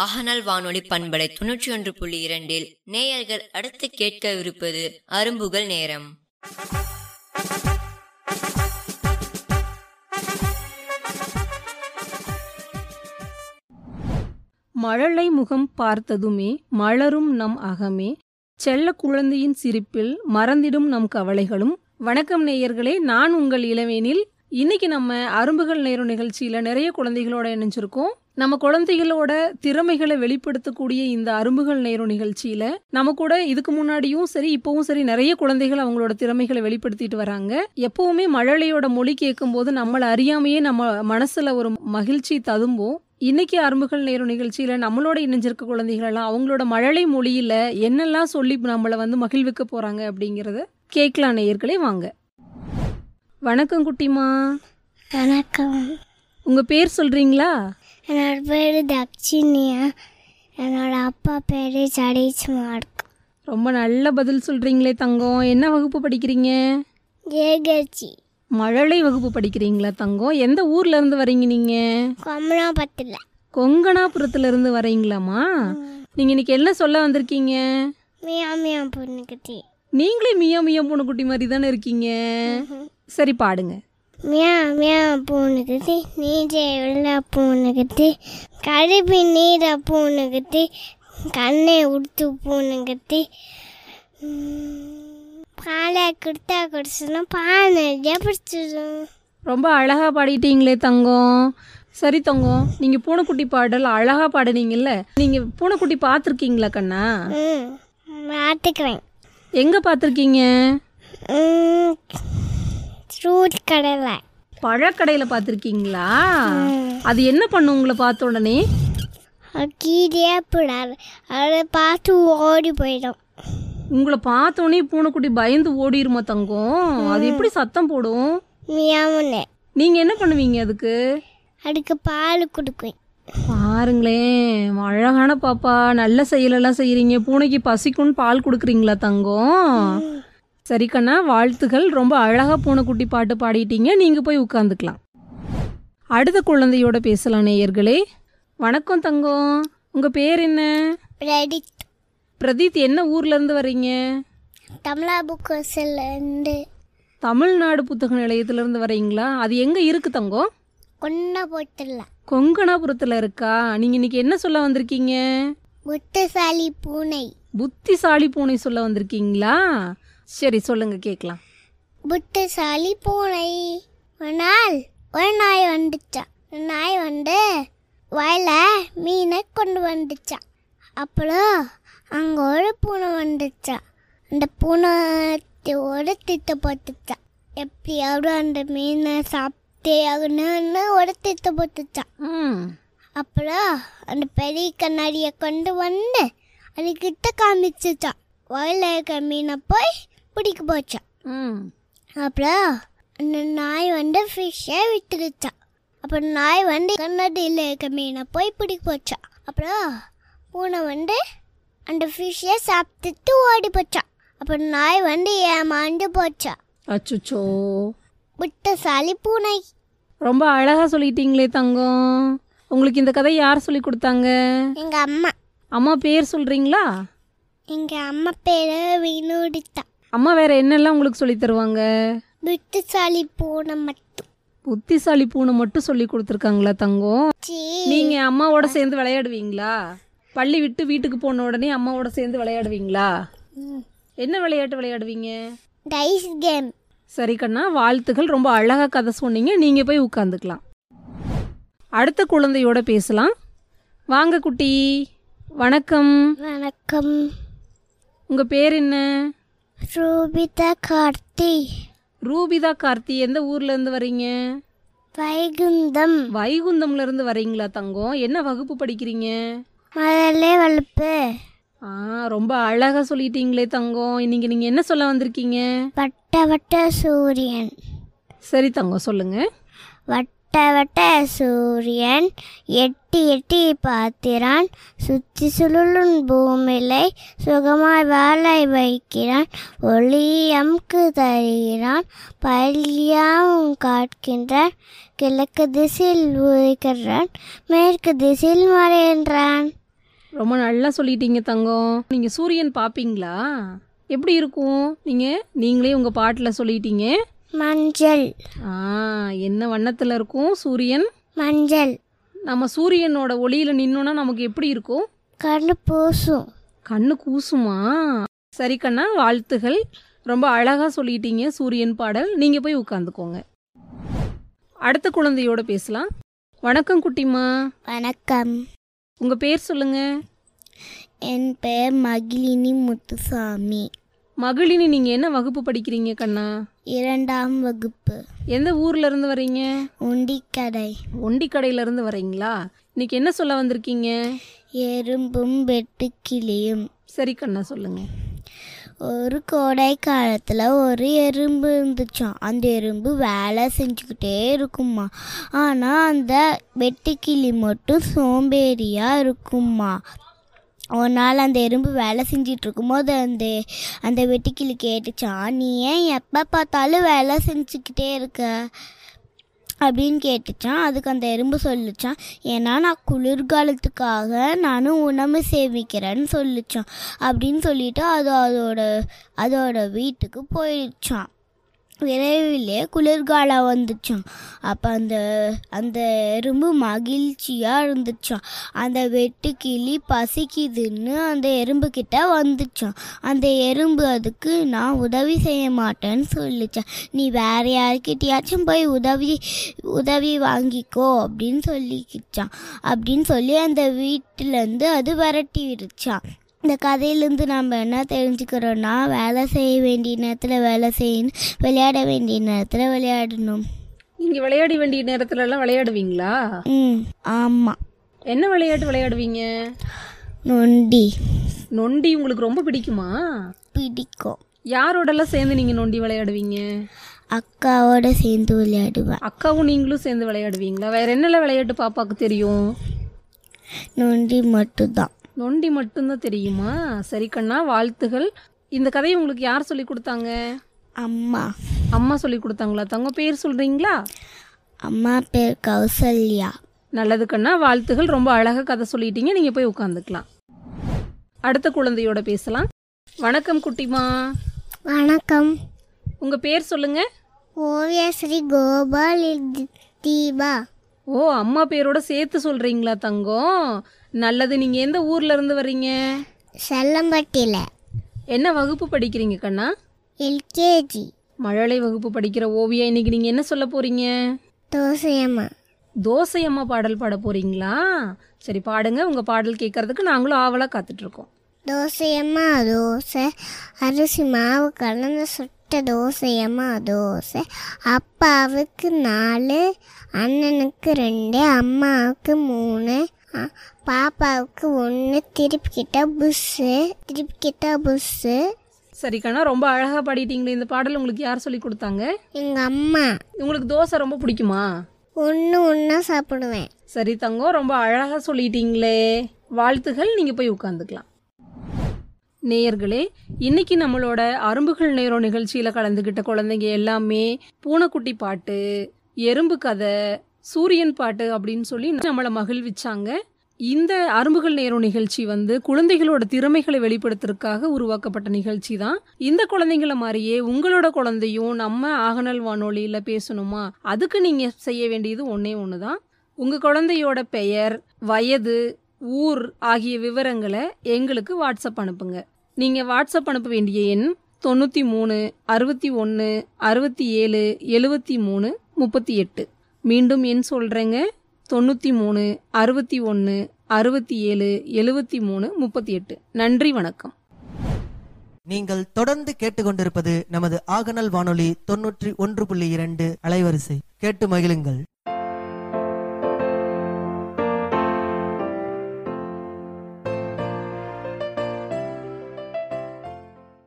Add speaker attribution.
Speaker 1: ஆஹனல் வானொலி பண்பலை தொன்னூற்றி ஒன்று புள்ளி இரண்டில் நேயர்கள் அடுத்து கேட்கவிருப்பது அரும்புகள் நேரம்
Speaker 2: மழலை முகம் பார்த்ததுமே மலரும் நம் அகமே செல்ல குழந்தையின் சிரிப்பில் மறந்திடும் நம் கவலைகளும் வணக்கம் நேயர்களே நான் உங்கள் இளவேனில் இன்னைக்கு நம்ம அரும்புகள் நேரு நிகழ்ச்சியில நிறைய குழந்தைகளோட இணைஞ்சிருக்கோம் நம்ம குழந்தைகளோட திறமைகளை வெளிப்படுத்தக்கூடிய இந்த அரும்புகள் நேரு நிகழ்ச்சியில நம்ம கூட இதுக்கு முன்னாடியும் சரி இப்பவும் சரி நிறைய குழந்தைகள் அவங்களோட திறமைகளை வெளிப்படுத்திட்டு வராங்க எப்பவுமே மழலையோட மொழி கேட்கும்போது நம்மள அறியாமையே நம்ம மனசுல ஒரு மகிழ்ச்சி ததும்போம் இன்னைக்கு அரும்புகள் நேரு நிகழ்ச்சியில நம்மளோட இணைஞ்சிருக்க குழந்தைகளெல்லாம் அவங்களோட மழலை மொழியில என்னெல்லாம் சொல்லி நம்மள வந்து மகிழ்விக்க போறாங்க அப்படிங்கறத கேட்கலாம் நேயர்களே வாங்க வணக்கம் குட்டிமா
Speaker 3: வணக்கம்
Speaker 2: உங்க பேர் சொல்றீங்களா
Speaker 3: என்னோட பேர் தக்ஷினியா என்னோட அப்பா பேர் சடீஸ் மார்க்
Speaker 2: ரொம்ப நல்ல பதில் சொல்றீங்களே தங்கம் என்ன வகுப்பு படிக்கிறீங்க
Speaker 3: ஏகச்சி
Speaker 2: மழலை வகுப்பு படிக்கிறீங்களா தங்கம் எந்த ஊர்ல இருந்து வரீங்க நீங்க
Speaker 3: கொமனாபத்தில்
Speaker 2: கொங்கனாபுரத்துல இருந்து வரீங்களாமா நீங்க இன்னைக்கு என்ன சொல்ல வந்திருக்கீங்க
Speaker 3: மியா மியா பொண்ணுக்குட்டி
Speaker 2: நீங்களே மியா மியா பூனைக்குட்டி மாதிரி தானே இருக்கீங்க சரி பாடுங்க
Speaker 3: மியா மியா பூனுக்குத்தி நீச்சை உள்ள பூனுக்குத்தி கருப்பி நீர பூனுக்குத்தி கண்ணை உடுத்து பூனுக்குத்தி பாலை கொடுத்தா குடிச்சுனா பால் நிறையா பிடிச்சிடும்
Speaker 2: ரொம்ப அழகா பாடிட்டீங்களே தங்கம் சரி தங்கம் நீங்க பூனைக்குட்டி பாடல் அழகா பாடுனீங்கல்ல நீங்க பூனைக்குட்டி பார்த்துருக்கீங்களா கண்ணா
Speaker 3: ம் மாட்டுக்கிறேன்
Speaker 2: எங்க பார்த்துருக்கீங்க
Speaker 3: ஃப்ரூட் கடலை
Speaker 2: பழக்கடையில பார்த்துருக்கீங்களா அது என்ன பண்ணும் உங்களை பார்த்த உடனே
Speaker 3: கீழே போடாது அதை பார்த்து ஓடி போயிடும்
Speaker 2: உங்களை பார்த்த உடனே பூனைக்குட்டி பயந்து ஓடிருமா தங்கம் அது எப்படி சத்தம் போடும்
Speaker 3: மியாமுன்னு
Speaker 2: நீங்க என்ன பண்ணுவீங்க அதுக்கு
Speaker 3: அதுக்கு பால் கொடுக்குவேன்
Speaker 2: பாருங்களேன் அழகான பாப்பா நல்ல செயலெல்லாம் செய்கிறீங்க பூனைக்கு பசிக்குன்னு பால் கொடுக்குறீங்களா தங்கம் சரி கண்ணா வாழ்த்துகள் ரொம்ப அழகாக பூனைக்குட்டி பாட்டு பாடிட்டீங்க நீங்கள் போய் உட்காந்துக்கலாம் அடுத்த குழந்தையோட பேசலாம் நேயர்களே வணக்கம் தங்கம் உங்கள் பேர் என்ன
Speaker 3: ரெடி
Speaker 2: பிரதீத் என்ன ஊர்லேருந்து வர்றீங்க
Speaker 3: தமிழா புக் ஹவுஸ்லேருந்து
Speaker 2: தமிழ்நாடு புத்தக நிலையத்திலேருந்து வர்றீங்களா அது எங்கே இருக்குது தங்கம்
Speaker 3: ஒன்றா போட்டுடலாம்
Speaker 2: கொங்கணாபுரத்தில் இருக்கா நீங்கள் இன்னைக்கு என்ன சொல்ல வந்திருக்கீங்க
Speaker 3: புத்தசாலி பூனை
Speaker 2: புத்திசாலி பூனை சொல்ல வந்திருக்கீங்களா சரி சொல்லுங்க கேட்கலாம்
Speaker 3: புத்திசாலி பூனை ஒரு நாள் ஒரு நாய் வந்துச்சான் ஒரு நாய் வந்து வயல மீனை கொண்டு வந்துச்சான் அப்புறம் அங்கே ஒரு பூனை வந்துச்சான் அந்த பூனை தி- ஒரு திட்டு போட்டுச்சான் எப்படியாவது அந்த மீனை சாப்பிட்டே ஆகணும்னு ஒரு திட்டு போட்டுச்சான்
Speaker 2: ம்
Speaker 3: அப்புறம் அந்த பெரிய கண்ணாடியை கொண்டு வந்து அதுக்கிட்ட காமிச்சிச்சான் வயலில் இருக்கிற மீனை போய் பிடிக்க போச்சான்
Speaker 2: ம்
Speaker 3: அப்புறம் அந்த நாய் வந்து ஃபிஷ்ஷை விட்டுருச்சான் அப்புறம் நாய் வந்து கண்ணாடியில் இருக்க மீனை போய் பிடிக்க போச்சான் அப்புறம் பூனை வந்து அந்த ஃபிஷ்ஷை சாப்பிட்டுட்டு ஓடி போச்சான் அப்புறம் நாய் வந்து ஏமாந்து போச்சா
Speaker 2: அச்சுச்சோ
Speaker 3: புத்தசாலி பூனை
Speaker 2: ரொம்ப அழகா சொல்லிட்டீங்களே தங்கம் உங்களுக்கு இந்த கதை யார் சொல்லி கொடுத்தாங்க
Speaker 3: எங்கள் அம்மா
Speaker 2: அம்மா பேர் சொல்றீங்களா
Speaker 3: எங்கள் அம்மா பேர் வினோடித்தா
Speaker 2: அம்மா வேற என்னெல்லாம் உங்களுக்கு சொல்லி தருவாங்க
Speaker 3: புத்திசாலி பூனை மட்டும்
Speaker 2: புத்திசாலி பூனை மட்டும் சொல்லி கொடுத்துருக்காங்களா தங்கம்
Speaker 3: சீ
Speaker 2: நீங்க அம்மாவோட சேர்ந்து விளையாடுவீங்களா பள்ளி விட்டு வீட்டுக்கு போன உடனே அம்மாவோட சேர்ந்து விளையாடுவீங்களா என்ன விளையாட்டு விளையாடுவீங்க
Speaker 3: டைஸ் கேம்
Speaker 2: சரி கண்ணா வாழ்த்துக்கள் ரொம்ப அழகாக கதை சொன்னீங்க நீங்கள் போய் உட்காந்துக்கலாம் அடுத்த குழந்தையோட பேசலாம் வாங்க குட்டி வணக்கம்
Speaker 3: வணக்கம்
Speaker 2: உங்கள் பேர் என்ன
Speaker 3: ரூபிதா கார்த்தி
Speaker 2: ரூபிதா கார்த்தி எந்த ஊர்லேருந்து வரீங்க
Speaker 3: வைகுந்தம்
Speaker 2: வைகுந்தம்லேருந்து வரீங்களா தங்கம் என்ன வகுப்பு படிக்கிறீங்க
Speaker 3: முதல்ல வளர்ப்பு
Speaker 2: ஆ ரொம்ப அழகாக சொல்லிட்டீங்களே தங்கம் இன்னைக்கு நீங்கள் என்ன சொல்ல வந்திருக்கீங்க
Speaker 3: வட்ட வட்ட சூரியன்
Speaker 2: சரி தங்கம் சொல்லுங்கள்
Speaker 3: வட்ட வட்ட சூரியன் எட்டி எட்டி பார்த்திரான் சுற்றி சுழலும் பூமிலை சுகமாய் வாழை வைக்கிறான் ஒளி அமுக்கு தருகிறான் பள்ளியாவும் காட்கின்றான் கிழக்கு திசையில் உதிக்கிறான் மேற்கு திசையில் மறைகின்றான்
Speaker 2: ரொம்ப நல்லா சொல்லிட்டீங்க தங்கம் நீங்கள் சூரியன் பார்ப்பீங்களா எப்படி இருக்கும் நீங்கள் நீங்களே உங்கள் பாட்டில் சொல்லிட்டீங்க
Speaker 3: மஞ்சள்
Speaker 2: ஆ என்ன வண்ணத்தில் இருக்கும் சூரியன்
Speaker 3: மஞ்சள்
Speaker 2: நம்ம சூரியனோட ஒளியில் நின்னோன்னா நமக்கு எப்படி இருக்கும்
Speaker 3: கண்ணு பூசும்
Speaker 2: கண்ணு கூசுமா சரி கண்ணா வாழ்த்துகள் ரொம்ப அழகாக சொல்லிட்டீங்க சூரியன் பாடல் நீங்கள் போய் உட்காந்துக்கோங்க அடுத்த குழந்தையோட பேசலாம் வணக்கம் குட்டிமா
Speaker 3: வணக்கம்
Speaker 2: உங்கள் பேர் சொல்லுங்கள்
Speaker 3: என் பெயர் மகிழினி முத்துசாமி
Speaker 2: மகளினி நீங்கள் என்ன வகுப்பு படிக்கிறீங்க கண்ணா
Speaker 3: இரண்டாம் வகுப்பு
Speaker 2: எந்த ஊர்ல இருந்து வரீங்க
Speaker 3: உண்டிக்கடை
Speaker 2: ஒண்டிக்கடையில இருந்து வரீங்களா இன்னைக்கு என்ன சொல்ல வந்திருக்கீங்க
Speaker 3: எறும்பும் வெட்டுக்கிளியும்
Speaker 2: சரி கண்ணா சொல்லுங்க
Speaker 3: ஒரு கோடை காலத்தில் ஒரு எறும்பு இருந்துச்சாம் அந்த எறும்பு வேலை செஞ்சுக்கிட்டே இருக்குமா ஆனால் அந்த வெட்டுக்கிளி மட்டும் சோம்பேறியாக இருக்குமா ஒரு நாள் அந்த எறும்பு வேலை செஞ்சிட்டு இருக்கும்போது அந்த அந்த வெட்டுக்கிளி கேட்டுச்சான் நீ ஏன் எப்போ பார்த்தாலும் வேலை செஞ்சுக்கிட்டே இருக்க அப்படின்னு கேட்டுச்சான் அதுக்கு அந்த எறும்பு சொல்லுச்சான் ஏன்னா நான் குளிர்காலத்துக்காக நானும் உணவு சேமிக்கிறேன்னு சொல்லுச்சான் அப்படின்னு சொல்லிட்டு அது அதோட அதோட வீட்டுக்கு போயிடுச்சான் விரைவிலே குளிர்காலம் வந்துச்சான் அப்போ அந்த அந்த எறும்பு மகிழ்ச்சியாக இருந்துச்சான் அந்த வெட்டுக்கிளி பசிக்குதுன்னு அந்த எறும்பு கிட்ட வந்துச்சான் அந்த எறும்பு அதுக்கு நான் உதவி செய்ய மாட்டேன்னு சொல்லிச்சான் நீ வேற யார்கிட்டயாச்சும் போய் உதவி உதவி வாங்கிக்கோ அப்படின்னு சொல்லிக்கிச்சான் அப்படின்னு சொல்லி அந்த வீட்டிலேருந்து அது விரட்டி விடுச்சான் இந்த கதையிலேருந்து நம்ம என்ன தெரிஞ்சுக்கிறோன்னா வேலை செய்ய வேண்டிய நேரத்தில் வேலை செய்யணும் விளையாட வேண்டிய நேரத்தில் விளையாடணும்
Speaker 2: நீங்க விளையாட வேண்டிய நேரத்துல எல்லாம் விளையாடுவீங்களா
Speaker 3: ம் ஆமாம்
Speaker 2: என்ன விளையாட்டு விளையாடுவீங்க
Speaker 3: நொண்டி
Speaker 2: நொண்டி உங்களுக்கு ரொம்ப பிடிக்குமா
Speaker 3: பிடிக்கும்
Speaker 2: யாரோடலாம் சேர்ந்து நீங்க நொண்டி விளையாடுவீங்க
Speaker 3: அக்காவோட சேர்ந்து விளையாடுவேன்
Speaker 2: அக்காவும் நீங்களும் சேர்ந்து விளையாடுவீங்களா வேற என்னெல்லாம் விளையாட்டு பாப்பாக்கு தெரியும்
Speaker 3: நொண்டி மட்டும்தான்
Speaker 2: நொண்டி மட்டும்தான் தெரியுமா சரி கண்ணா வாழ்த்துகள் இந்த கதையை உங்களுக்கு யார் சொல்லி கொடுத்தாங்க
Speaker 3: அம்மா
Speaker 2: அம்மா சொல்லி கொடுத்தாங்களா தங்க பேர் சொல்றீங்களா
Speaker 3: அம்மா பேர் கௌசல்யா
Speaker 2: நல்லது கண்ணா வாழ்த்துகள் ரொம்ப அழகாக கதை சொல்லிட்டீங்க நீங்கள் போய் உட்காந்துக்கலாம் அடுத்த குழந்தையோட பேசலாம் வணக்கம் குட்டிமா
Speaker 3: வணக்கம்
Speaker 2: உங்கள் பேர் சொல்லுங்கள்
Speaker 3: ஓவியா ஸ்ரீ கோபால் தீபா
Speaker 2: ஓ அம்மா பேரோட சேர்த்து சொல்கிறீங்களா தங்கம் நல்லது நீங்கள் எந்த ஊர்ல இருந்து வர்றீங்க
Speaker 3: செல்லம்பட்டியில்
Speaker 2: என்ன வகுப்பு படிக்கிறீங்க கண்ணா
Speaker 3: எல்கேஜி
Speaker 2: மழலை வகுப்பு படிக்கிற ஓவியா இன்னைக்கு நீங்கள் என்ன சொல்ல போகிறீங்க
Speaker 3: தோசையம்மா
Speaker 2: தோசை அம்மா பாடல் பாட போகிறீங்களா சரி பாடுங்க உங்கள் பாடல் கேட்கறதுக்கு நாங்களும் ஆவலாக காத்துட்ருக்கோம்
Speaker 3: தோசையம்மா தோசை அரிசி மாவு கலந்து சுட்ட தோசையம்மா தோசை அப்பாவுக்கு நாலு அண்ணனுக்கு ரெண்டு அம்மாவுக்கு மூணு அ- பாப்பாவுக்கு ஒன்று திருப்பிக்கிட்ட புஸ்ஸு திருப்பிக்கிட்ட புஸ்ஸு
Speaker 2: சரி கண்ணா ரொம்ப அழகாக பாடிட்டீங்களே இந்த பாடல் உங்களுக்கு யார் சொல்லி கொடுத்தாங்க
Speaker 3: எங்கள் அம்மா
Speaker 2: உங்களுக்கு தோசை ரொம்ப பிடிக்குமா
Speaker 3: ஒன்று ஒன்றா சாப்பிடுவேன்
Speaker 2: சரி தங்கம் ரொம்ப அழகாக சொல்லிட்டீங்களே வாழ்த்துகள் நீங்கள் போய் உட்காந்துக்கலாம் நேயர்களே இன்னைக்கு நம்மளோட அரும்புகள் நேரம் நிகழ்ச்சியில் கலந்துக்கிட்ட குழந்தைங்க எல்லாமே பூனைக்குட்டி பாட்டு எறும்பு கதை சூரியன் பாட்டு அப்படின்னு சொல்லி நம்மளை மகிழ்விச்சாங்க இந்த அரும்புகள் நேரம் நிகழ்ச்சி வந்து குழந்தைகளோட திறமைகளை வெளிப்படுத்துறதுக்காக உருவாக்கப்பட்ட நிகழ்ச்சி தான் இந்த குழந்தைங்கள மாதிரியே உங்களோட குழந்தையும் நம்ம ஆகநல் வானொலியில் பேசணுமா அதுக்கு நீங்கள் செய்ய வேண்டியது ஒன்றே ஒன்று தான் உங்கள் குழந்தையோட பெயர் வயது ஊர் ஆகிய விவரங்களை எங்களுக்கு வாட்ஸ்அப் அனுப்புங்க நீங்கள் வாட்ஸ்அப் அனுப்ப வேண்டிய எண் தொண்ணூற்றி மூணு அறுபத்தி ஒன்று அறுபத்தி ஏழு எழுபத்தி மூணு முப்பத்தி எட்டு மீண்டும் எண் சொல்கிறேங்க தொண்ணூற்றி மூணு அறுபத்தி ஒன்று அறுபத்தி ஏழு எழுபத்தி மூணு முப்பத்தி எட்டு நன்றி வணக்கம்
Speaker 4: நீங்கள் தொடர்ந்து கேட்டுக்கொண்டிருப்பது நமது ஆகநல் வானொலி தொன்னூற்றி ஒன்று புள்ளி இரண்டு அலைவரிசை கேட்டு மகிழுங்கள்